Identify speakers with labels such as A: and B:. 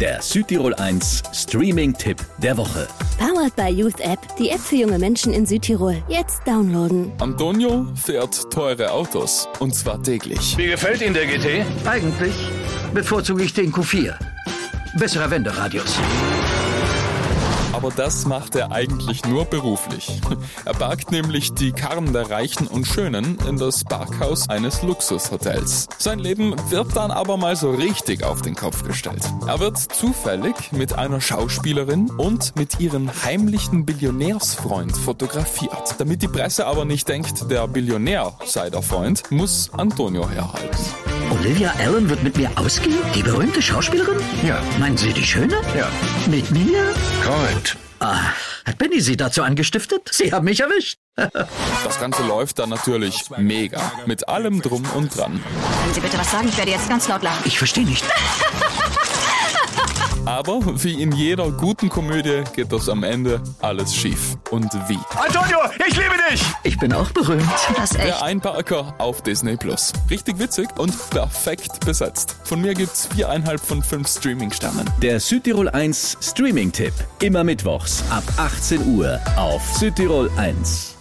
A: Der Südtirol 1 Streaming-Tipp der Woche.
B: Powered by Youth App, die App für junge Menschen in Südtirol. Jetzt downloaden.
C: Antonio fährt teure Autos. Und zwar täglich.
D: Wie gefällt Ihnen der GT?
E: Eigentlich bevorzuge ich den Q4. Besserer Wenderadius.
C: Aber das macht er eigentlich nur beruflich. Er parkt nämlich die Karren der Reichen und Schönen in das Parkhaus eines Luxushotels. Sein Leben wird dann aber mal so richtig auf den Kopf gestellt. Er wird zufällig mit einer Schauspielerin und mit ihrem heimlichen Billionärsfreund fotografiert. Damit die Presse aber nicht denkt, der Billionär sei der Freund, muss Antonio herhalten.
E: Olivia Allen wird mit mir ausgehen? Die berühmte Schauspielerin?
D: Ja.
E: Meinen Sie die Schöne?
D: Ja.
E: Mit mir?
D: Korrekt.
E: Ah, hat Benny Sie dazu angestiftet? Sie haben mich erwischt.
C: Das Ganze läuft dann natürlich mega. Mit allem drum und dran.
F: Können Sie bitte was sagen? Ich werde jetzt ganz laut lachen.
E: Ich verstehe nicht.
C: Aber wie in jeder guten Komödie geht das am Ende alles schief. Und wie?
D: Antonio, ich liebe dich!
E: Ich bin auch berühmt.
F: Das ist echt.
C: Der Einparker auf Disney Plus. Richtig witzig und perfekt besetzt. Von mir gibt's viereinhalb von fünf Streaming-Sternen.
A: Der Südtirol 1 Streaming-Tipp. Immer mittwochs ab 18 Uhr auf Südtirol 1.